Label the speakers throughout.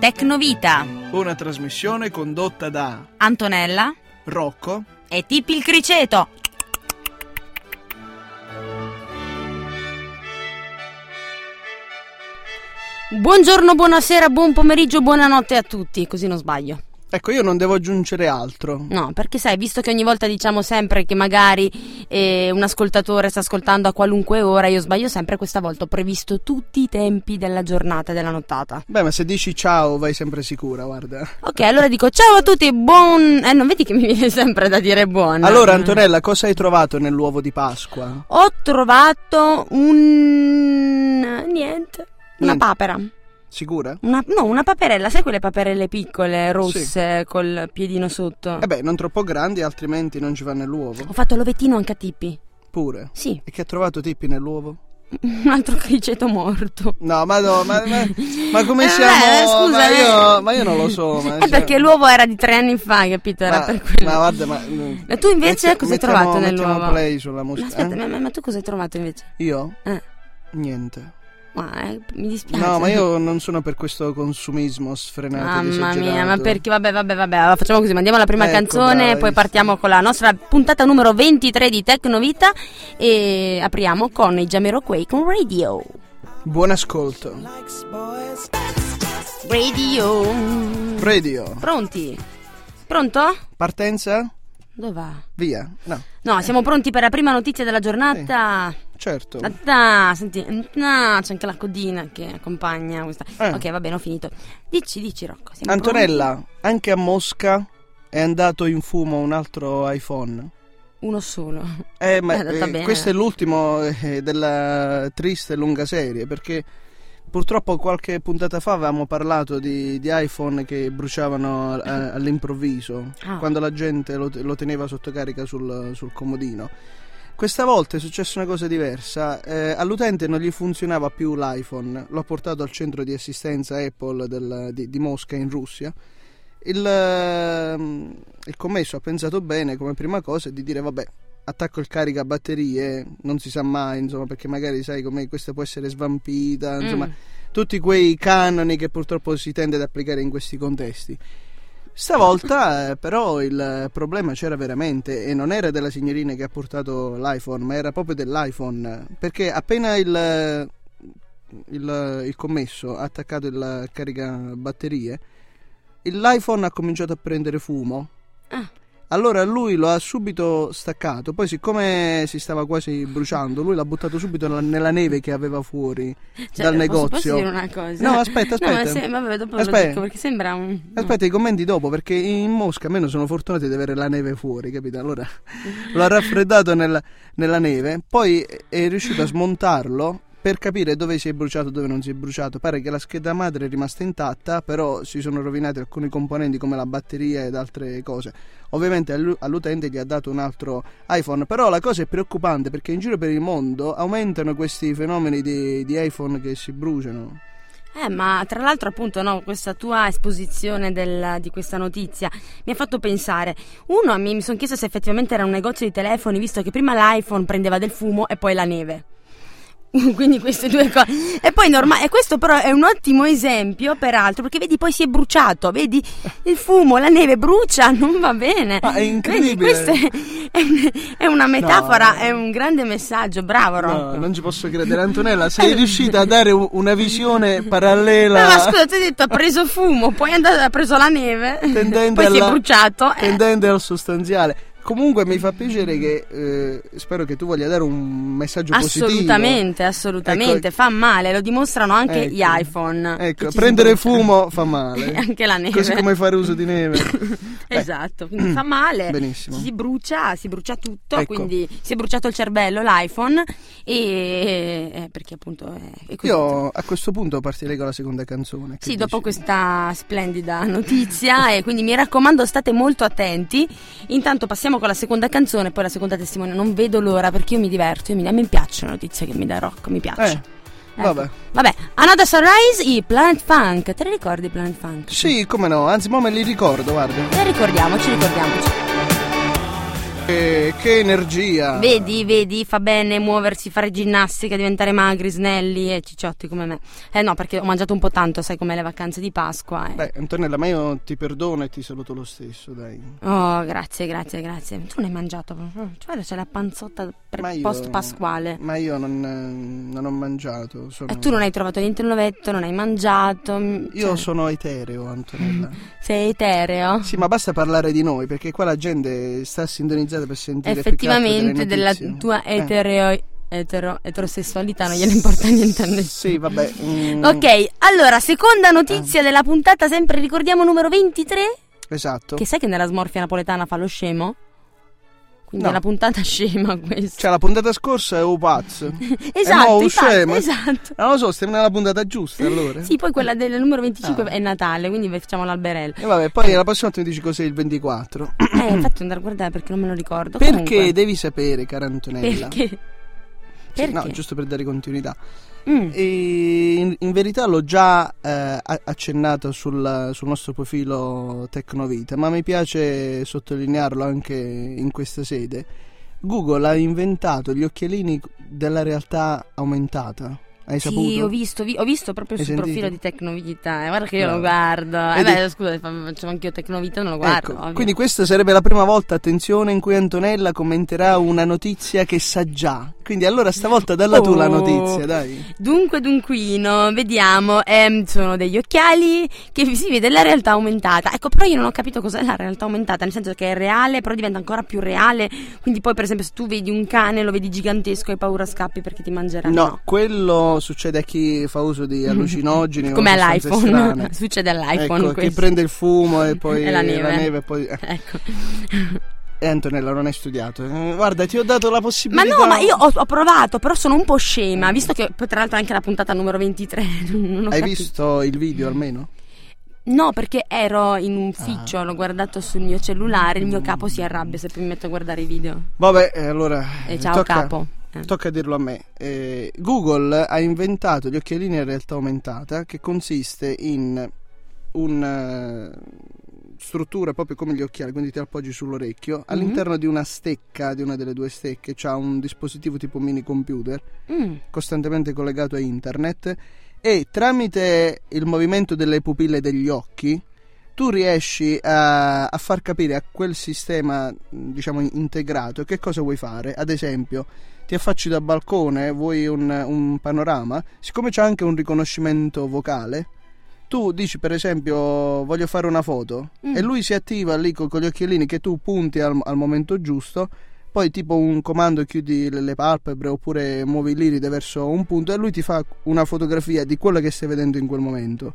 Speaker 1: Tecnovita,
Speaker 2: Una trasmissione condotta da
Speaker 1: Antonella
Speaker 2: Rocco.
Speaker 1: e Tipi il Criceto.
Speaker 3: Buongiorno, buonasera, buon pomeriggio, buonanotte a tutti, così non sbaglio.
Speaker 2: Ecco, io non devo aggiungere altro.
Speaker 3: No, perché sai, visto che ogni volta diciamo sempre che magari eh, un ascoltatore sta ascoltando a qualunque ora, io sbaglio sempre, questa volta ho previsto tutti i tempi della giornata e della nottata.
Speaker 2: Beh, ma se dici ciao vai sempre sicura, guarda.
Speaker 3: Ok, allora dico ciao a tutti, buon... Eh, non vedi che mi viene sempre da dire buon.
Speaker 2: Allora, Antonella, cosa hai trovato nell'uovo di Pasqua?
Speaker 3: Ho trovato un... niente, una
Speaker 2: Niente.
Speaker 3: papera.
Speaker 2: Sicura?
Speaker 3: Una- no, una paperella, sai quelle paperelle piccole, rosse, col piedino sotto?
Speaker 2: Eh beh, non troppo grandi, altrimenti non ci va nell'uovo.
Speaker 3: Ho fatto l'ovettino anche a Tippi.
Speaker 2: Pure.
Speaker 3: Sì,
Speaker 2: E che ha trovato Tippi nell'uovo?
Speaker 3: un altro criceto morto.
Speaker 2: No, ma no, ma, ma- ma come
Speaker 3: Eh,
Speaker 2: siamo?
Speaker 3: scusa,
Speaker 2: ma,
Speaker 3: eh.
Speaker 2: io, ma io non lo so. Ma cioè
Speaker 3: Eh, perché l'uovo era di tre anni fa, capito? Era
Speaker 2: Ma-
Speaker 3: per quello.
Speaker 2: ma guarda, ma-
Speaker 3: E tu invece
Speaker 2: Mette-
Speaker 3: cosa hai
Speaker 2: mettiamo-
Speaker 3: trovato
Speaker 2: mettiamo
Speaker 3: nell'uovo?
Speaker 2: play
Speaker 3: Ma
Speaker 2: sulla musica,
Speaker 3: aspetta,
Speaker 2: eh?
Speaker 3: ma, ma- ma tu cosa hai trovato invece?
Speaker 2: Io?
Speaker 3: Eh.
Speaker 2: Niente.
Speaker 3: Ma eh, mi dispiace.
Speaker 2: No, ma io non sono per questo consumismo sfrenato e
Speaker 3: Mamma
Speaker 2: Eh, esagerato.
Speaker 3: mia, ma perché? Vabbè, vabbè, vabbè. allora facciamo così: mandiamo la prima
Speaker 2: Ecco,
Speaker 3: canzone
Speaker 2: dai,
Speaker 3: e poi
Speaker 2: sì.
Speaker 3: partiamo con la nostra puntata numero 23 di Tecnovita. E apriamo con i Jamiroquai con Radio.
Speaker 2: Buon ascolto.
Speaker 3: Radio.
Speaker 2: Radio.
Speaker 3: Pronti? Pronto?
Speaker 2: Partenza?
Speaker 3: Dove va?
Speaker 2: Via. No,
Speaker 3: No, siamo pronti per la prima notizia della giornata.
Speaker 2: certo.
Speaker 3: Ah, senti, ah, c'è anche la codina che accompagna questa.
Speaker 2: Eh.
Speaker 3: Ok, va bene, ho finito. Dici, dici Rocco. siamo
Speaker 2: Antonella, anche a Mosca è andato in fumo un altro iPhone.
Speaker 3: pronti? Uno solo.
Speaker 2: Eh, ma
Speaker 3: Eh, andata
Speaker 2: eh,
Speaker 3: bene.
Speaker 2: questo è l'ultimo eh, della triste e lunga serie perché purtroppo qualche puntata fa avevamo parlato di, di iPhone che bruciavano eh, all'improvviso
Speaker 3: Ah.
Speaker 2: quando la gente lo, lo teneva sotto carica sul, sul comodino. Questa volta è successa una cosa diversa, eh, all'utente non gli funzionava più l'iPhone, l'ho portato al centro di assistenza Apple del- di- di Mosca in Russia il, ehm, il commesso ha pensato bene come prima cosa di dire vabbè attacco il caricabatterie non si sa mai insomma perché magari sai come questa può essere svampita insomma
Speaker 3: Mm.
Speaker 2: tutti quei canoni che purtroppo si tende ad applicare in questi contesti stavolta eh, però il eh, problema c'era veramente e non era della signorina che ha portato l'iPhone ma era proprio dell'iPhone perché appena il eh, il, il commesso ha attaccato il caricabatterie, il- l'iPhone ha cominciato a prendere fumo.
Speaker 3: Ah.
Speaker 2: Allora lui lo ha subito staccato, poi siccome si stava quasi bruciando, lui l'ha buttato subito nella- nella neve che aveva fuori
Speaker 3: Cioè,
Speaker 2: dal
Speaker 3: posso-
Speaker 2: negozio.
Speaker 3: Posso dire una cosa?
Speaker 2: No, aspetta,
Speaker 3: Eh. No, ma
Speaker 2: aspetta.
Speaker 3: se- vabbè, dopo
Speaker 2: Aspetta.
Speaker 3: lo dico perché sembra un. no.
Speaker 2: Aspetta i commenti dopo perché in Mosca almeno sono fortunati di avere la neve fuori, capito? Allora lo ha raffreddato nella, nella neve, poi è riuscito a smontarlo per capire dove si è bruciato e dove non si è bruciato. Pare che la scheda madre è rimasta intatta, però si sono rovinati alcuni componenti come la batteria ed altre cose. Ovviamente all'u- all'utente gli ha dato un altro iPhone, però la cosa è preoccupante perché in giro per il mondo aumentano questi fenomeni di, di iPhone che si bruciano.
Speaker 3: Eh, ma tra l'altro, appunto, no, questa tua esposizione del- di questa notizia mi ha fatto pensare. Uno, mi, mi sono chiesto se effettivamente era un negozio di telefoni, visto che prima l'iPhone prendeva del fumo e poi la neve. Quindi queste due cose. E poi normale. E questo però è un ottimo esempio, peraltro, perché vedi, poi si è bruciato, vedi il fumo, la neve brucia, non va bene.
Speaker 2: Ma è incredibile.
Speaker 3: Vedi, questa è, è un- è una metafora, è un grande messaggio, bravo Rocco.
Speaker 2: No, non ci posso credere, Antonella. Sei riuscita a dare u- una visione parallela.
Speaker 3: No, ma scusa, ti ho detto ha preso fumo, poi è andato, ha preso la neve,
Speaker 2: tendente
Speaker 3: poi si è
Speaker 2: alla-
Speaker 3: bruciato. eh.
Speaker 2: Tendente al sostanziale. Comunque mi fa piacere che eh, spero che tu voglia dare un messaggio positivo.
Speaker 3: Assolutamente, assolutamente,
Speaker 2: Ecco.
Speaker 3: fa male, lo dimostrano anche gli
Speaker 2: Ecco.
Speaker 3: iPhone.
Speaker 2: Ecco,
Speaker 3: che ci
Speaker 2: prendere
Speaker 3: si brucia.
Speaker 2: fumo fa male.
Speaker 3: E anche la neve.
Speaker 2: Così come fare uso di neve. Eh,
Speaker 3: Esatto, quindi fa male,
Speaker 2: Benissimo.
Speaker 3: si brucia, si brucia tutto,
Speaker 2: Ecco.
Speaker 3: quindi si è bruciato il cervello, l'iPhone, e eh, perché appunto è, è così.
Speaker 2: Io a questo punto partirei con la seconda canzone. Che
Speaker 3: Sì, dopo
Speaker 2: dici?
Speaker 3: questa splendida notizia e quindi mi raccomando state molto attenti. Intanto passiamo con la seconda canzone, poi la seconda testimone. Non vedo l'ora perché io mi diverto, io mi, a me piace la notizia che mi dà Rocco, mi piace.
Speaker 2: Eh,
Speaker 3: Ecco.
Speaker 2: vabbè.
Speaker 3: Vabbè, Another Sunrise i Planet Funk. Te li ricordi i Planet Funk?
Speaker 2: Sì, come no, anzi, mo me li ricordo, guarda.
Speaker 3: Eh, ricordiamoci, ricordiamoci.
Speaker 2: Che, che energia!
Speaker 3: Vedi, vedi, fa bene muoversi, fare ginnastica, diventare magri, snelli e cicciotti come me. Eh no, perché ho mangiato un po' tanto, sai come le vacanze di Pasqua. eh.
Speaker 2: Beh, Antonella, ma io ti perdono e ti saluto lo stesso, dai.
Speaker 3: Oh, grazie, grazie, grazie. Tu non hai mangiato, proprio. cioè c'è la panzotta
Speaker 2: Ma io-
Speaker 3: post pasquale.
Speaker 2: Ma io non, eh, non ho mangiato. Sono...
Speaker 3: E tu non hai trovato niente novetto, non hai mangiato. mm,
Speaker 2: Io
Speaker 3: cioè,
Speaker 2: sono etereo, Antonella.
Speaker 3: Sei etereo.
Speaker 2: sì, ma basta parlare di noi, perché qua la gente sta sintonizzata per sentire più che altro
Speaker 3: Effettivamente
Speaker 2: delle
Speaker 3: della
Speaker 2: notizie.
Speaker 3: tua
Speaker 2: Eh.
Speaker 3: etereo, etero, eterosessualità non gliene importa niente a nessuno.
Speaker 2: Sì, Ah. vabbè. mm,
Speaker 3: Ok, allora, seconda notizia della puntata, sempre ricordiamo numero 23.
Speaker 2: Esatto.
Speaker 3: Che sai che nella smorfia napoletana fa lo scemo? Quindi
Speaker 2: No.
Speaker 3: è una puntata scema questa.
Speaker 2: Cioè, la puntata scorsa Cioè, è Opaz.
Speaker 3: esatto,
Speaker 2: nuovo
Speaker 3: infatti,
Speaker 2: scemo.
Speaker 3: esatto.
Speaker 2: Non lo so, stiamo nella puntata giusta allora.
Speaker 3: Sì, poi quella del numero 25
Speaker 2: Ah.
Speaker 3: è Natale, quindi facciamo l'alberello.
Speaker 2: E vabbè, poi la prossima volta mi dici cos'è il 24.
Speaker 3: eh, infatti andare a guardare perché non me lo ricordo.
Speaker 2: Perché
Speaker 3: Comunque,
Speaker 2: devi sapere, cara Antonella.
Speaker 3: Perché?
Speaker 2: Sì,
Speaker 3: Perché?
Speaker 2: no, giusto per dare continuità.
Speaker 3: Mm.
Speaker 2: E in, in verità l'ho già eh, a- accennato sul, sul nostro profilo Tecnovita, ma mi piace sottolinearlo anche in questa sede. Google ha inventato gli occhialini della realtà aumentata. Hai
Speaker 3: Sì,
Speaker 2: saputo?
Speaker 3: ho visto, vi- ho visto proprio
Speaker 2: Hai
Speaker 3: sul profilo di
Speaker 2: sentito?
Speaker 3: Tecnovita. eh, Guarda che io lo
Speaker 2: Bravo.
Speaker 3: guardo. Eh
Speaker 2: Vedi?
Speaker 3: beh, scusa, fa- faccio anche io Tecnovita, non lo guardo.
Speaker 2: Ecco,
Speaker 3: ovvio.
Speaker 2: quindi questa sarebbe la prima volta, attenzione, in cui Antonella commenterà una notizia che sa già. Quindi allora stavolta dalla tu la
Speaker 3: Oh.
Speaker 2: notizia, dai.
Speaker 3: Dunque, dunquino, vediamo. ehm, sono degli occhiali che vi si vede la realtà aumentata. Ecco, però io non ho capito cos'è la realtà aumentata, nel senso che è reale, però diventa ancora più reale. Quindi, poi, per esempio, se tu vedi un cane, lo vedi gigantesco, hai paura, scappi perché ti mangerà.
Speaker 2: No, quello succede a chi fa uso di allucinogeni o
Speaker 3: Come
Speaker 2: sostanze strane.
Speaker 3: all'iPhone. Succede all'iPhone
Speaker 2: ecco, chi
Speaker 3: questo.
Speaker 2: prende il fumo e poi
Speaker 3: E la neve.
Speaker 2: e poi... eh,
Speaker 3: Ecco.
Speaker 2: eh, Antonella non hai studiato. Eh, Guarda, ti ho dato la
Speaker 3: Ma
Speaker 2: possibilità...
Speaker 3: no, ma io ho, ho provato, però sono un po' scema, visto che poi tra l'altro è anche la puntata numero 23. Non ho
Speaker 2: Eh. Hai
Speaker 3: capito.
Speaker 2: visto il video almeno?
Speaker 3: No, perché ero in
Speaker 2: Ah.
Speaker 3: ufficio, l'ho guardato sul mio cellulare, il mio
Speaker 2: Mm.
Speaker 3: capo si arrabbia se poi mi metto a guardare i video.
Speaker 2: Vabbè, eh, allora...
Speaker 3: E
Speaker 2: eh,
Speaker 3: ciao
Speaker 2: tocca,
Speaker 3: capo. Eh.
Speaker 2: Tocca dirlo a me. Eh, Google ha inventato gli occhialini in realtà aumentata che consiste in una struttura proprio come gli occhiali, quindi ti appoggi
Speaker 3: Mhm.
Speaker 2: sull'orecchio. All'interno di una stecca, di una delle due stecche, c'è un dispositivo tipo mini computer
Speaker 3: Mm.
Speaker 2: costantemente collegato a internet e tramite il movimento delle pupille degli occhi tu riesci a, a far capire a quel sistema mh, diciamo in- integrato che cosa vuoi fare ad esempio ti affacci dal balcone vuoi un, un panorama siccome c'è anche un riconoscimento vocale tu dici per esempio voglio fare una foto
Speaker 3: Mm.
Speaker 2: e lui si attiva lì co- con, gli occhialini che tu punti al- al momento giusto poi tipo un comando chiudi le, le palpebre oppure muovi l'iride verso un punto e lui ti fa una fotografia di quello che stai vedendo in quel momento.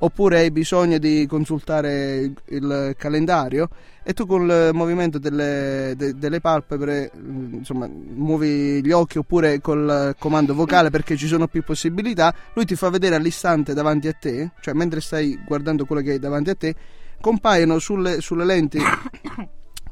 Speaker 2: Oppure hai bisogno di consultare il, il calendario e tu col eh, movimento delle, de- delle palpebre mm, insomma muovi gli occhi oppure col eh, comando vocale perché ci sono più possibilità, lui ti fa vedere all'istante davanti a te, cioè mentre stai guardando quello che hai davanti a te, compaiono sulle, sulle lenti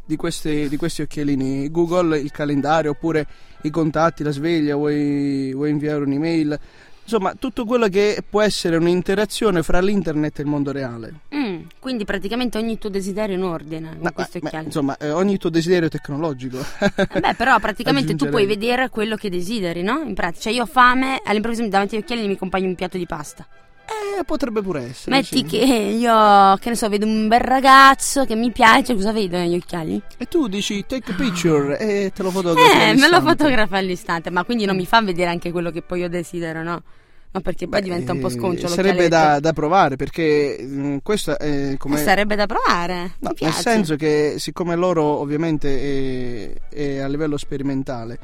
Speaker 2: di questi, di questi occhialini Google, il calendario oppure i contatti, la sveglia, vuoi, vuoi inviare un'email, insomma tutto quello che può essere un'interazione fra l'internet e il mondo reale.
Speaker 3: Mm. Quindi praticamente ogni tuo desiderio è in ordine con
Speaker 2: Ma-
Speaker 3: questo
Speaker 2: ma-
Speaker 3: occhiale.
Speaker 2: insomma, eh, ogni tuo desiderio tecnologico.
Speaker 3: Eh Beh, però praticamente tu puoi
Speaker 2: Aggiungerei.
Speaker 3: vedere quello che desideri, no? In pratica, cioè io ho fame, all'improvviso mi- davanti agli occhiali mi compagno un piatto di pasta.
Speaker 2: Eh, potrebbe pure essere.
Speaker 3: Metti
Speaker 2: sì.
Speaker 3: che io, che ne so, vedo un bel ragazzo che mi piace, cosa vedo negli occhiali?
Speaker 2: E tu dici take a picture e te lo fotografo.
Speaker 3: Eh, me lo
Speaker 2: all'istante.
Speaker 3: fotografa all'istante, ma quindi non mi fa vedere anche quello che poi io desidero, no? No, perché poi
Speaker 2: Beh,
Speaker 3: diventa un po'
Speaker 2: eh,
Speaker 3: sconcio
Speaker 2: Sarebbe
Speaker 3: l'occhialetto.
Speaker 2: da, da provare perché mm, questo è
Speaker 3: Eh,
Speaker 2: come...
Speaker 3: sarebbe da provare.
Speaker 2: No,
Speaker 3: mi
Speaker 2: nel
Speaker 3: piace.
Speaker 2: senso che siccome loro ovviamente è, è a livello sperimentale,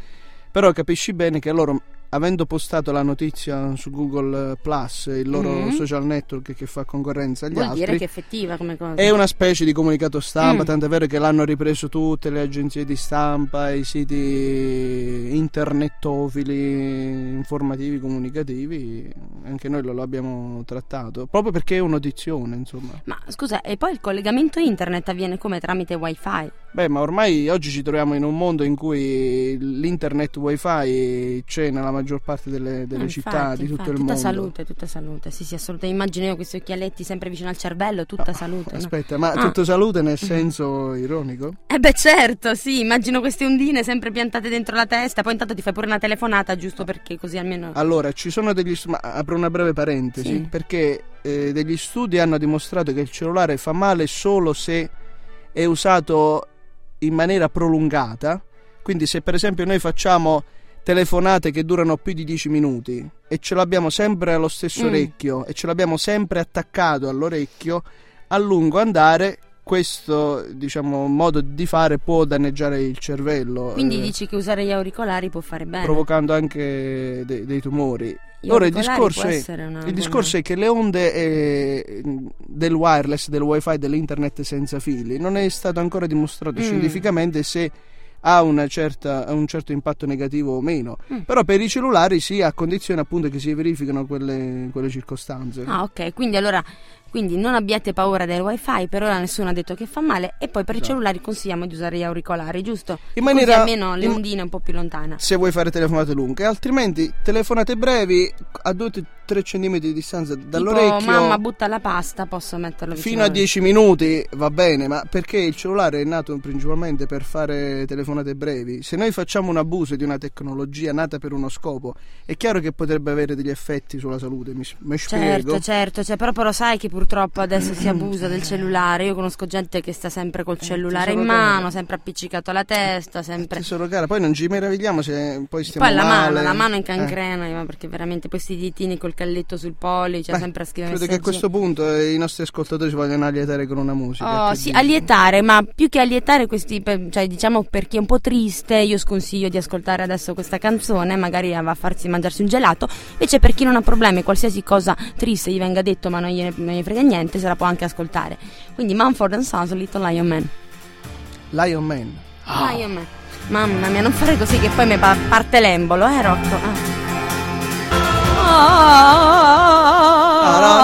Speaker 2: però capisci bene che loro, avendo postato la notizia su Google Plus, il loro
Speaker 3: Mhm.
Speaker 2: social network che fa concorrenza agli
Speaker 3: Vuol
Speaker 2: altri,
Speaker 3: dire che è effettiva come cosa.
Speaker 2: è una specie di comunicato stampa,
Speaker 3: Mm.
Speaker 2: tant'è vero che l'hanno ripreso tutte le agenzie di stampa, i siti internettofili, informativi, comunicativi, anche noi lo, lo abbiamo trattato, proprio perché è un'audizione, insomma.
Speaker 3: Ma scusa, e poi il collegamento internet avviene come tramite wifi?
Speaker 2: Beh, ma ormai oggi ci troviamo in un mondo in cui l'internet wifi c'è nella maggior parte delle, delle
Speaker 3: Eh,
Speaker 2: città
Speaker 3: infatti,
Speaker 2: di tutto
Speaker 3: infatti,
Speaker 2: il
Speaker 3: tutta
Speaker 2: mondo.
Speaker 3: salute, tutta salute. Sì, sì, assolutamente. Immagino io questi occhialetti sempre vicino al cervello, tutta
Speaker 2: Ah,
Speaker 3: salute. no?
Speaker 2: Aspetta, ma
Speaker 3: Ah.
Speaker 2: tutto salute nel senso ironico?
Speaker 3: Eh beh, certo, sì, immagino queste ondine sempre piantate dentro la testa, poi intanto ti fai pure una telefonata giusto perché così almeno
Speaker 2: Allora, ci sono degli studi, apro una breve parentesi,
Speaker 3: Sì.
Speaker 2: perché eh, degli studi hanno dimostrato che il cellulare fa male solo se è usato in maniera prolungata, quindi se per esempio noi facciamo telefonate che durano più di 10 minuti e ce l'abbiamo sempre allo stesso
Speaker 3: Mm.
Speaker 2: orecchio e ce l'abbiamo sempre attaccato all'orecchio, a lungo andare questo diciamo, modo di fare può danneggiare il cervello.
Speaker 3: Quindi
Speaker 2: eh,
Speaker 3: dici che usare gli auricolari può fare bene.
Speaker 2: provocando anche dei- dei tumori.
Speaker 3: Gli
Speaker 2: Ora, il
Speaker 3: auricolari
Speaker 2: discorso
Speaker 3: può
Speaker 2: è-
Speaker 3: essere una
Speaker 2: Il
Speaker 3: buona-
Speaker 2: discorso è che le onde eh, del wireless, del wifi, dell'internet senza fili non è stato ancora dimostrato
Speaker 3: Mm.
Speaker 2: scientificamente se ha una certa- un certo impatto negativo o meno.
Speaker 3: Mm.
Speaker 2: Però per i cellulari sì, a condizione appunto che si verificano quelle, quelle circostanze.
Speaker 3: Ah, ok, quindi allora quindi non abbiate paura del wifi, per ora nessuno ha detto che fa male e poi per i
Speaker 2: Esatto.
Speaker 3: cellulari consigliamo di usare gli auricolari, giusto?
Speaker 2: In maniera-
Speaker 3: Così almeno le
Speaker 2: in-
Speaker 3: ondine un po' più lontane.
Speaker 2: Se vuoi fare telefonate lunghe, altrimenti telefonate brevi a 2-3 cm di distanza dall'orecchio.
Speaker 3: Tipo, mamma butta la pasta, posso metterlo vicino
Speaker 2: Fino a
Speaker 3: al-
Speaker 2: 10 minuti va bene, ma perché il cellulare è nato principalmente per fare telefonate brevi? Se noi facciamo un abuso di una tecnologia nata per uno scopo, è chiaro che potrebbe avere degli effetti sulla salute, mi, s- mi spiego.
Speaker 3: Certo, certo, cioè, però, però sai che purtroppo adesso si abusa del cellulare. Io conosco gente che sta sempre
Speaker 2: Eh,
Speaker 3: col cellulare in
Speaker 2: tesoro caro.
Speaker 3: mano, sempre appiccicato alla testa, sempre.
Speaker 2: Tesoro cara, poi non ci meravigliamo se poi stiamo
Speaker 3: Poi la
Speaker 2: male.
Speaker 3: mano, la mano
Speaker 2: Eh,
Speaker 3: incancrena, ma perché veramente poi sti ditini col calletto sul pollice,
Speaker 2: beh,
Speaker 3: sempre a scrivere
Speaker 2: Credo che a
Speaker 3: messaggi.
Speaker 2: questo punto eh, i nostri ascoltatori si vogliono allietare con una musica.
Speaker 3: Oh,
Speaker 2: che
Speaker 3: sì,
Speaker 2: dici?
Speaker 3: allietare, ma più che allietare questi, per- cioè diciamo per chi è un po' triste, io sconsiglio di ascoltare adesso questa canzone, magari va a farsi mangiarsi un gelato, invece per chi non ha problemi, qualsiasi cosa triste gli venga detto ma non gliene, non gli frega niente, se la può anche ascoltare. Quindi Manford Sons, Little Lion Man.
Speaker 2: Lion Man. Ah.
Speaker 3: Lion Man. Mamma mia, non fare così che poi mi pa- parte l'embolo, eh Rocco?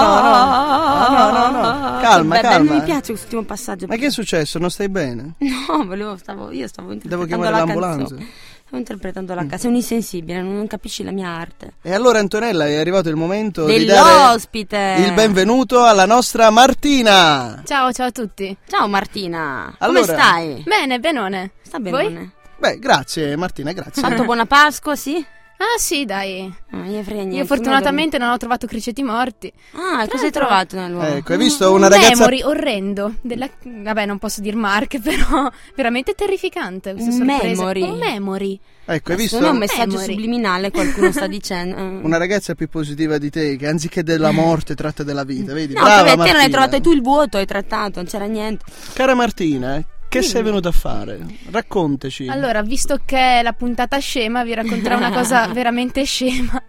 Speaker 3: Ah.
Speaker 2: no, no, no, no, no, no. Calma,
Speaker 3: Beh, beh,
Speaker 2: calma. eh.
Speaker 3: Mi piace questo ultimo passaggio.
Speaker 2: Ma che è successo? Non stai bene?
Speaker 3: No, volevo, stavo, io stavo
Speaker 2: Devo
Speaker 3: interpretando
Speaker 2: chiamare
Speaker 3: la
Speaker 2: l'ambulanza.
Speaker 3: canzone. Stavo interpretando la canzone. Sei un insensibile, non, non capisci la mia arte.
Speaker 2: E allora Antonella è arrivato il momento di dare
Speaker 3: Dell'ospite!
Speaker 2: Il benvenuto alla nostra Martina.
Speaker 4: Ciao, ciao a tutti.
Speaker 3: Ciao Martina,
Speaker 2: Allora.
Speaker 3: come stai?
Speaker 4: Bene, benone.
Speaker 3: Sta
Speaker 4: Voi?
Speaker 3: bene?
Speaker 2: Beh, grazie Martina, grazie.
Speaker 3: Fatto buona Pasqua, sì?
Speaker 4: Ah sì, dai.
Speaker 3: Non gliene frega niente.
Speaker 4: Io fortunatamente non ho trovato criceti morti.
Speaker 3: Ah, cosa hai trovato nell'uomo?
Speaker 2: Ecco, hai
Speaker 3: Mm,
Speaker 2: visto una ragazza
Speaker 4: memory orrendo. Della... Vabbè, non posso dir marche, però veramente terrificante. questa
Speaker 3: Un
Speaker 4: sorpresa.
Speaker 3: memory.
Speaker 4: Un memory.
Speaker 2: Ecco,
Speaker 3: Adesso
Speaker 2: hai visto
Speaker 3: Non è un messaggio
Speaker 4: Memory.
Speaker 3: subliminale, qualcuno sta dicendo. eh.
Speaker 2: una ragazza più positiva di te che anziché della morte tratta della vita, vedi?
Speaker 3: Mm. No,
Speaker 2: Brava
Speaker 3: perché te non
Speaker 2: Martina.
Speaker 3: hai trovato tu il vuoto, hai trattato, non c'era niente.
Speaker 2: Cara Martina, che sei venuta a fare? Raccontaci.
Speaker 4: Allora, visto che è la puntata scema, vi racconterò una cosa veramente scema.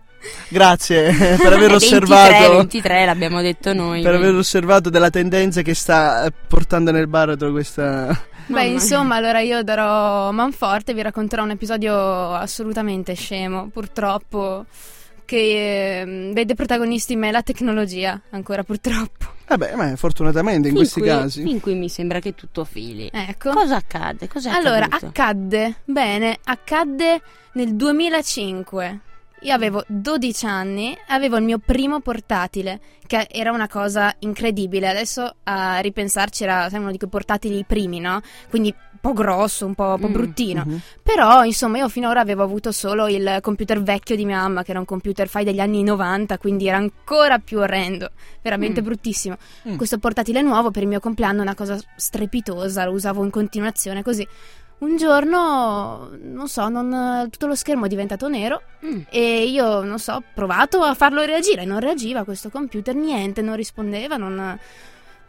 Speaker 2: Grazie per aver
Speaker 3: 23,
Speaker 2: osservato
Speaker 3: 23 l'abbiamo detto noi.
Speaker 2: per aver
Speaker 3: quindi.
Speaker 2: osservato della tendenza che sta eh, portando nel baratro questa
Speaker 3: Mamma mia.
Speaker 4: Beh, insomma, allora io darò manforte e vi racconterò un episodio assolutamente scemo, purtroppo, che ehm, vede protagonisti in me la tecnologia, ancora purtroppo.
Speaker 2: Vabbè, ma fortunatamente in
Speaker 3: Fin
Speaker 2: questi
Speaker 3: qui-
Speaker 2: casi
Speaker 3: Fin qui mi sembra che tutto fili.
Speaker 4: Ecco.
Speaker 3: Cosa accade? Cos'è
Speaker 4: Allora,
Speaker 3: accaduto?
Speaker 4: accadde, bene, accadde nel 2005. Io avevo 12 anni, avevo il mio primo portatile, che era una cosa incredibile. Adesso a ripensarci era sai, uno di quei portatili primi, no? Quindi un po' grosso, un po', un po'
Speaker 3: Mm.
Speaker 4: bruttino.
Speaker 2: Mhm.
Speaker 4: Però, insomma, io finora avevo avuto solo il computer vecchio di mia mamma, che era un computer fai degli anni 90, quindi era ancora più orrendo, veramente
Speaker 3: Mm.
Speaker 4: bruttissimo.
Speaker 2: Mm.
Speaker 4: Questo portatile nuovo per il mio compleanno è una cosa strepitosa, lo usavo in continuazione così. Un giorno, non so, non- tutto lo schermo è diventato nero
Speaker 3: Mm.
Speaker 4: e io, non so, ho provato a farlo reagire, non reagiva questo computer, niente, non rispondeva, non...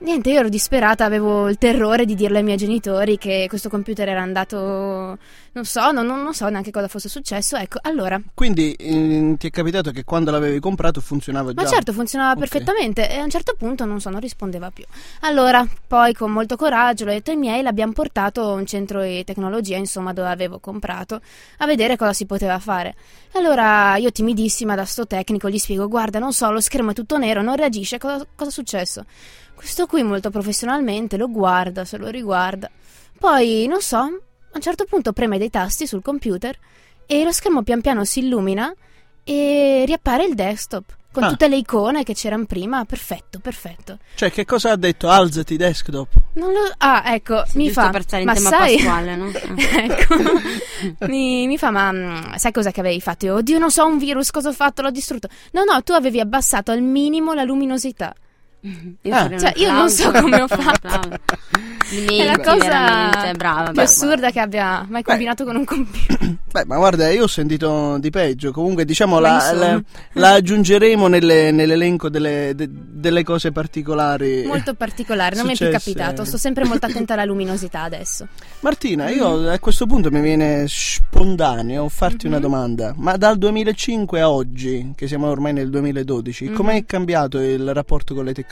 Speaker 4: Niente, io ero disperata, avevo il terrore di dirle ai miei genitori che questo computer era andato... Non so, non, non- non so neanche cosa fosse successo, ecco, allora...
Speaker 2: Quindi eh, ti è capitato che quando l'avevi comprato funzionava già?
Speaker 4: Ma certo, funzionava
Speaker 2: Ok.
Speaker 4: perfettamente e a un certo punto, non so, non rispondeva più. Allora, poi con molto coraggio, l'ho detto ai miei, l'abbiamo portato a un centro di tecnologia, insomma, dove avevo comprato, a vedere cosa si poteva fare. Allora, io timidissima da sto tecnico gli spiego, guarda, non so, lo schermo è tutto nero, non reagisce, cosa, cosa è successo? Questo qui molto professionalmente lo guarda, se lo riguarda. Poi, non so, a un certo punto preme dei tasti sul computer e lo schermo pian piano si illumina e riappare il desktop con
Speaker 2: Ah.
Speaker 4: tutte le icone che c'erano prima. Perfetto, perfetto.
Speaker 2: Cioè, che cosa ha detto? Alzati desktop.
Speaker 4: Non lo... Ah, ecco,
Speaker 3: Sì,
Speaker 4: mi
Speaker 3: giusto
Speaker 4: fa...
Speaker 3: per stare in
Speaker 4: ma
Speaker 3: tema
Speaker 4: sai...
Speaker 3: pasquale, no? Ah.
Speaker 4: ecco, mi, mi fa, ma mm, sai cosa che avevi fatto? Io, Oddio, non so, un virus, cosa ho fatto? L'ho distrutto. No, no, tu avevi abbassato al minimo la luminosità.
Speaker 3: Io,
Speaker 2: Ah.
Speaker 3: farei un
Speaker 4: Cioè, io non so
Speaker 3: applauso,
Speaker 4: come ho
Speaker 3: un
Speaker 4: fatto.
Speaker 3: applauso.
Speaker 4: È la
Speaker 3: Menti,
Speaker 4: cosa
Speaker 3: veramente, brava,
Speaker 4: più
Speaker 3: brava.
Speaker 4: assurda che abbia mai combinato con un computer.
Speaker 2: Beh, ma guarda, io ho sentito di peggio. Comunque, diciamo,
Speaker 4: Ma
Speaker 2: la,
Speaker 4: insomma.
Speaker 2: la- la aggiungeremo nelle- nell'elenco delle, de- delle cose particolari. Eh,
Speaker 4: Molto particolare, non mi è più
Speaker 2: Successe.
Speaker 4: capitato. Sto sempre molto attenta alla luminosità adesso.
Speaker 2: Martina, io
Speaker 4: Mm-hmm.
Speaker 2: a questo punto mi viene spontaneo farti una domanda. Ma dal 2005 a oggi, che siamo ormai nel 2012,
Speaker 4: Mm-hmm.
Speaker 3: Mhm.
Speaker 2: com'è cambiato il rapporto con le tecnologie?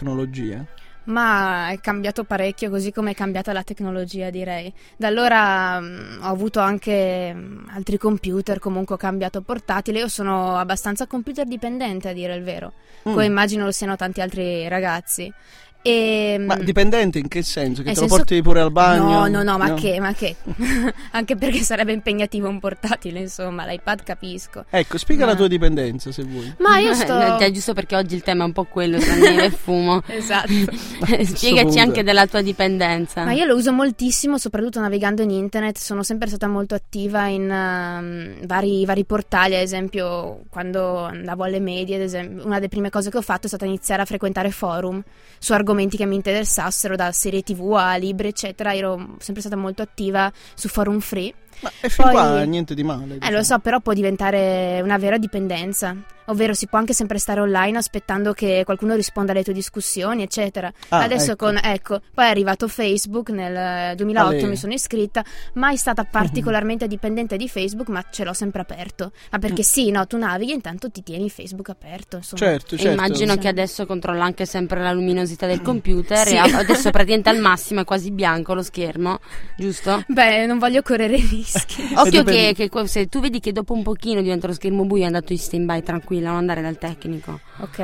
Speaker 4: Ma è cambiato parecchio, così come è cambiata la tecnologia, direi. Da allora mh, ho avuto anche mh, altri computer, comunque ho cambiato portatile. Io sono abbastanza computer dipendente, a dire il vero.
Speaker 2: Mm.
Speaker 4: Come immagino lo siano tanti altri ragazzi. E,
Speaker 2: Ma
Speaker 4: mh,
Speaker 2: dipendente in che senso? Che
Speaker 4: mm. Nel
Speaker 2: te lo
Speaker 4: senso-
Speaker 2: porti pure al bagno?
Speaker 4: No, no, no, ma che, ma che? anche perché sarebbe impegnativo un portatile, insomma, l'iPad capisco.
Speaker 2: Ecco, spiega
Speaker 4: Ma-
Speaker 2: la tua dipendenza se vuoi.
Speaker 4: Ma io
Speaker 3: Eh,
Speaker 4: sto...
Speaker 3: Già, giusto perché oggi il tema è un po' quello tra neve e fumo.
Speaker 4: Esatto.
Speaker 3: Spiegaci
Speaker 2: punto.
Speaker 3: anche della tua dipendenza.
Speaker 4: Ma io lo uso moltissimo, soprattutto navigando in internet, sono sempre stata molto attiva in ehm, vari, vari portali, ad esempio quando andavo alle medie, ad esempio, una delle prime cose che ho fatto è stata iniziare a frequentare forum su argomenti che mi interessassero, da serie tv a libri eccetera, ero sempre stata molto attiva su forum free.
Speaker 2: Ma e fin
Speaker 4: Poi-
Speaker 2: qua niente di male.
Speaker 4: Eh
Speaker 2: diciamo.
Speaker 4: lo so, però può diventare una vera dipendenza, ovvero si può anche sempre stare online aspettando che qualcuno risponda alle tue discussioni eccetera.
Speaker 2: Ah,
Speaker 4: Adesso
Speaker 2: ecco.
Speaker 4: con ecco, poi è arrivato Facebook nel eh, 2008
Speaker 2: Ale. Mhm.
Speaker 4: mi sono iscritta, mai stata particolarmente dipendente di Facebook, ma ce l'ho sempre aperto. Ma
Speaker 2: Mm.
Speaker 4: perché sì, no, tu navighi e intanto ti tieni Facebook aperto, insomma.
Speaker 2: Certo,
Speaker 3: E
Speaker 2: certo.
Speaker 3: Immagino
Speaker 4: Sì. Mm.
Speaker 3: che adesso controlla anche sempre la luminosità del computer
Speaker 4: Sì.
Speaker 3: e a- adesso praticamente al massimo è quasi bianco lo schermo, giusto?
Speaker 4: Beh, non voglio correre rischi.
Speaker 3: Occhio
Speaker 2: dipende-
Speaker 3: che, che que- se tu vedi che dopo un pochino diventa lo schermo buio è andato in stand by tranquilla, non andare dal tecnico.
Speaker 4: ok.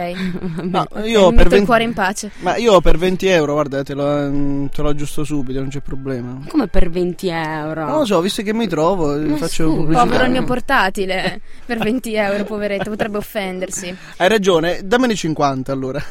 Speaker 2: No,
Speaker 4: Mi
Speaker 2: io
Speaker 4: metto
Speaker 2: per
Speaker 4: il
Speaker 2: 20...
Speaker 4: cuore in pace.
Speaker 2: Ma io per 20 euro, guarda, te lo, mm, te lo aggiusto subito, non c'è problema.
Speaker 3: Come per 20 euro?
Speaker 2: Non lo so, visto che mi trovo, eh,
Speaker 3: Ma
Speaker 2: faccio
Speaker 3: scusa.
Speaker 2: pubblicità.
Speaker 4: Povero il mio portatile per 20 euro, poveretto, potrebbe offendersi.
Speaker 2: Hai ragione, dammene 50 allora.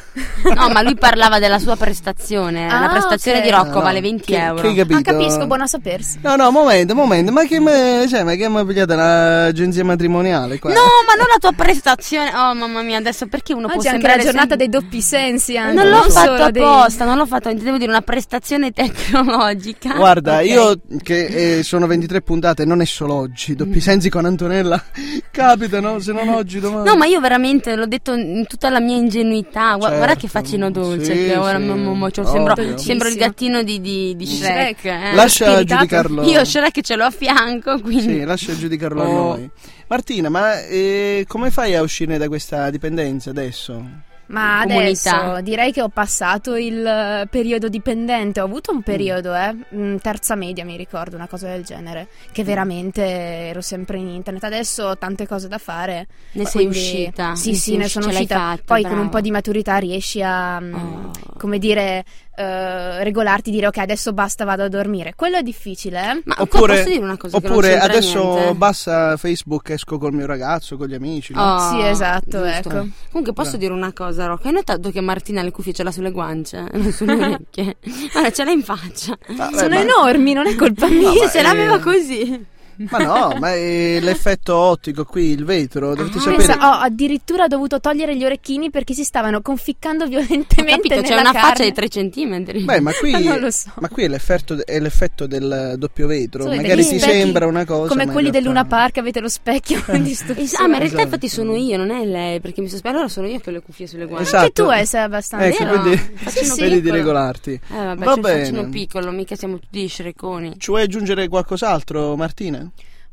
Speaker 3: No, ma lui parlava della sua prestazione.
Speaker 4: Ah,
Speaker 3: la prestazione
Speaker 4: ok.
Speaker 3: di Rocco
Speaker 2: No, no,
Speaker 3: ecco, vale 20
Speaker 2: che-
Speaker 3: euro.
Speaker 2: Che hai capito?
Speaker 4: Ah, capisco, buono a sapersi.
Speaker 2: No, no, momento, momento, ma che mi cioè, ma che mi ha pigliato l'agenzia matrimoniale qua?
Speaker 3: No, ma non la tua prestazione. Oh, mamma mia, adesso perché uno può
Speaker 4: Oggi è anche
Speaker 3: sembrare
Speaker 4: la giornata
Speaker 3: sempre-
Speaker 4: dei doppi sensi, anche,
Speaker 3: Non l'ho
Speaker 4: non
Speaker 3: fatto
Speaker 4: solo dei-
Speaker 3: apposta, non l'ho fatto, devo dire una prestazione tecnologica.
Speaker 2: Guarda,
Speaker 4: ok.
Speaker 2: io che eh, sono 23 puntate, non è solo oggi, i
Speaker 3: Mm.
Speaker 2: doppi sensi con Antonella capitano, se non oggi domani.
Speaker 3: No, ma io veramente l'ho detto in tutta la mia ingenuità. Gua-
Speaker 2: Certo.
Speaker 3: Guarda che faccino dolce.
Speaker 2: Sì,
Speaker 3: che ora
Speaker 2: sì.
Speaker 3: mo- mo- mo- cioè,
Speaker 2: Ovvio.
Speaker 3: sembro,
Speaker 4: Dolcissimo.
Speaker 3: sembro il gattino di, di, di
Speaker 4: Di
Speaker 3: Shrek.
Speaker 4: Shrek.
Speaker 3: eh.
Speaker 2: Lascia
Speaker 4: spiritato.
Speaker 2: giudicarlo.
Speaker 3: Io Shrek ce l'ho a fianco, quindi.
Speaker 2: Sì, lascia giudicarlo a
Speaker 3: Oh.
Speaker 2: noi. Martina, ma eh, come fai a uscire da questa dipendenza adesso?
Speaker 4: Ma
Speaker 3: comunità.
Speaker 4: adesso direi che ho passato il eh, periodo dipendente, ho avuto un periodo, eh, mm, terza media mi ricordo, una cosa del genere, che
Speaker 3: Mm.
Speaker 4: veramente ero sempre in internet. Adesso ho tante cose da fare.
Speaker 3: Ne sei
Speaker 4: quindi-
Speaker 3: uscita.
Speaker 4: Sì,
Speaker 3: ne
Speaker 4: sì,
Speaker 3: sei
Speaker 4: ne
Speaker 3: usci-
Speaker 4: sono
Speaker 3: ce l'hai
Speaker 4: uscita.
Speaker 3: fatta,
Speaker 4: Poi con un
Speaker 3: brava.
Speaker 4: po' di maturità riesci a, mm,
Speaker 3: Oh.
Speaker 4: come dire, eh, regolarti, dire ok, adesso basta, vado a dormire. Quello è difficile, eh?
Speaker 3: Ma
Speaker 2: Oppure-
Speaker 3: posso dire una cosa? che non
Speaker 2: Oppure
Speaker 3: c'entra
Speaker 2: adesso
Speaker 3: niente?
Speaker 2: basta Facebook, esco col mio ragazzo, con gli amici. no?
Speaker 3: Oh,
Speaker 4: Sì, esatto,
Speaker 3: giusto.
Speaker 4: ecco.
Speaker 3: Comunque posso
Speaker 2: Beh.
Speaker 3: dire una cosa, Rocco? Hai notato che Martina le cuffie ce l'ha sulle guance, non sulle orecchie? Guarda, ce l'ha in faccia. eh,
Speaker 2: Vabbè,
Speaker 4: Sono
Speaker 2: ma-
Speaker 4: enormi, non è colpa mia.
Speaker 3: Sì,
Speaker 2: ma
Speaker 3: se
Speaker 2: è-
Speaker 3: l'aveva così.
Speaker 2: Ma no, ma eh, l'effetto ottico qui, il vetro, dovete
Speaker 3: Ah,
Speaker 2: sapere.
Speaker 4: Pensa- oh. ho addirittura dovuto togliere gli orecchini perché si stavano conficcando
Speaker 3: Ho
Speaker 4: violentemente
Speaker 3: capito, c'è
Speaker 4: nella
Speaker 3: una faccia
Speaker 4: carne.
Speaker 3: di 3 centimetri.
Speaker 2: Beh, ma qui,
Speaker 4: Ma non lo so.
Speaker 2: ma qui è, l'effetto, è l'effetto del doppio vetro.
Speaker 4: Sono
Speaker 2: Magari
Speaker 4: degli
Speaker 2: ti
Speaker 4: specchi
Speaker 2: sembra una cosa.
Speaker 4: come
Speaker 2: ma in
Speaker 4: quelli del
Speaker 2: realtà-
Speaker 4: Luna Park avete lo specchio di
Speaker 3: Es- ah, ma in
Speaker 4: stupido
Speaker 3: realtà
Speaker 2: Esatto.
Speaker 3: infatti sono io, non è lei, perché mi sono allora sono io che ho le cuffie sulle guance.
Speaker 2: Esatto.
Speaker 4: anche tu eh, sei abbastanza
Speaker 2: Ecco,
Speaker 3: vero?
Speaker 2: quindi
Speaker 3: Faccino
Speaker 4: Sì, sì.
Speaker 2: vedi di
Speaker 3: piccolo.
Speaker 2: regolarti.
Speaker 3: Eh, vabbè,
Speaker 2: Va
Speaker 3: c'è il faccino
Speaker 2: bene.
Speaker 3: piccolo, mica siamo tutti scireconi.
Speaker 2: Ci vuoi aggiungere qualcos'altro, Martina?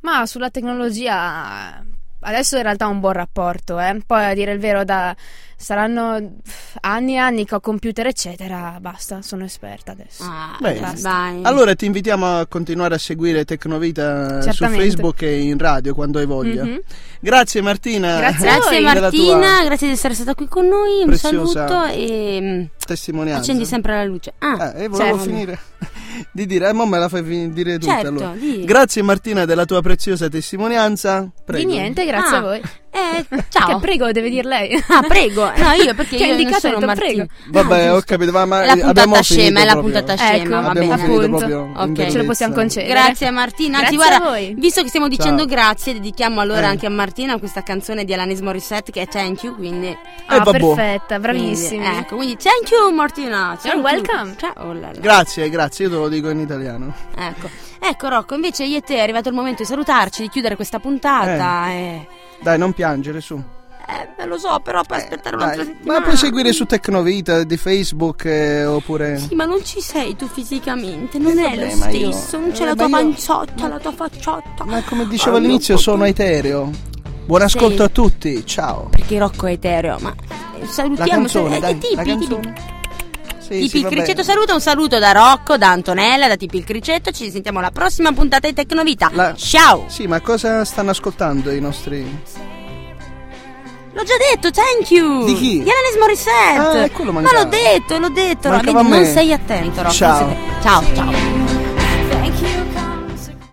Speaker 4: ma sulla tecnologia adesso in realtà ho un buon rapporto eh. poi a dire il vero da saranno pff, anni e anni che ho computer eccetera basta sono esperta adesso
Speaker 3: Ah,
Speaker 2: Beh,
Speaker 3: adesso
Speaker 4: basta.
Speaker 3: vai.
Speaker 2: Allora ti invitiamo a continuare a seguire Tecnovita eh, su
Speaker 4: Certamente.
Speaker 2: Facebook e in radio quando hai voglia.
Speaker 4: Mhm.
Speaker 2: Grazie Martina. Eh,
Speaker 4: Grazie a
Speaker 3: Grazie
Speaker 4: voi.
Speaker 2: della tua
Speaker 3: Martina, grazie di essere stata qui con noi. Un
Speaker 2: Preziosa.
Speaker 3: saluto e mm,
Speaker 2: Testimonianza.
Speaker 3: accendi sempre la luce. Ah,
Speaker 2: Eh, e volevo
Speaker 3: certo.
Speaker 2: finire. di dire, eh, mo me la fai fin- dire tutta
Speaker 3: certo,
Speaker 2: allora.
Speaker 3: di...
Speaker 2: Grazie Martina della tua preziosa testimonianza. Prego.
Speaker 4: Di niente, grazie
Speaker 3: Ah.
Speaker 4: a voi.
Speaker 3: eh, ciao.
Speaker 4: Che prego, deve dir lei.
Speaker 3: ah, prego. No, io perché
Speaker 4: Che
Speaker 3: io non
Speaker 4: indicato,
Speaker 3: sono
Speaker 4: ho detto,
Speaker 3: Martina.
Speaker 2: Vabbè,
Speaker 3: No,
Speaker 2: ho capito, ma- ma
Speaker 3: È la
Speaker 2: Eh, abbiamo
Speaker 3: puntata
Speaker 2: finito
Speaker 3: scema, è la
Speaker 2: proprio.
Speaker 3: puntata scema,
Speaker 4: Ecco,
Speaker 3: va
Speaker 2: abbiamo
Speaker 3: bene.
Speaker 2: finito
Speaker 4: appunto.
Speaker 2: proprio in
Speaker 3: Ok. Ce lo
Speaker 2: bellezza.
Speaker 4: possiamo concedere.
Speaker 3: Grazie a Martina, anzi
Speaker 4: Grazie
Speaker 3: guarda,
Speaker 4: a voi.
Speaker 3: visto che stiamo dicendo
Speaker 2: Ciao.
Speaker 3: grazie, dedichiamo allora
Speaker 2: Eh.
Speaker 3: anche a Martina questa canzone di Alanis Morissette che è Thank You, quindi
Speaker 4: Ah,
Speaker 2: Eh, vabbò.
Speaker 4: perfetta, bravissimi.
Speaker 3: Quindi, ecco, quindi thank you Martina. thank you.
Speaker 4: welcome.
Speaker 3: Ciao. oh là là.
Speaker 2: Grazie, grazie, io te lo dico in italiano.
Speaker 3: Ecco. Ecco Rocco, invece io e te è arrivato il momento di salutarci, di chiudere questa puntata. Eh,
Speaker 2: Dai, non piangere, su.
Speaker 3: eh, lo so, però puoi aspettare un'altra
Speaker 2: Eh, Dai,
Speaker 3: settimana.
Speaker 2: ma puoi seguire su Tecnovita di Facebook eh, oppure...
Speaker 3: Sì, ma non ci sei tu fisicamente, non
Speaker 2: Eh,
Speaker 3: è
Speaker 2: vabbè,
Speaker 3: lo
Speaker 2: ma io-
Speaker 3: stesso, non c'è
Speaker 2: eh,
Speaker 3: la tua
Speaker 2: ma io-
Speaker 3: panciotta, la tua facciotta.
Speaker 2: Ma come dicevo
Speaker 3: Oh, mio
Speaker 2: all'inizio,
Speaker 3: Dio.
Speaker 2: sono etereo. Buon ascolto
Speaker 3: Sì.
Speaker 2: a tutti, ciao.
Speaker 3: Perché Rocco è etereo, ma eh,
Speaker 2: La
Speaker 3: salutiamo
Speaker 2: canzone,
Speaker 3: eh,
Speaker 2: dai,
Speaker 3: tipi,
Speaker 2: la
Speaker 3: tipi.
Speaker 2: canzone. Sì,
Speaker 3: Tipi
Speaker 2: sì,
Speaker 3: il
Speaker 2: vabbè.
Speaker 3: Criceto saluta, un saluto da Rocco, da Antonella, da Tipi il Criceto, ci sentiamo alla prossima puntata di Tecnovita.
Speaker 2: La-
Speaker 3: Ciao!
Speaker 2: Sì, ma cosa stanno ascoltando i nostri...
Speaker 3: L'ho già detto, thank you!
Speaker 2: Di chi?
Speaker 3: Di Alanis Morissette!
Speaker 2: Ah, quello
Speaker 3: ma
Speaker 2: mancava.
Speaker 3: l'ho detto, l'ho detto, Rocco,
Speaker 2: Mancava
Speaker 3: vedi,
Speaker 2: a
Speaker 3: non
Speaker 2: me.
Speaker 3: sei attento, Rocco.
Speaker 2: Ciao.
Speaker 3: non sei- Ciao, ciao.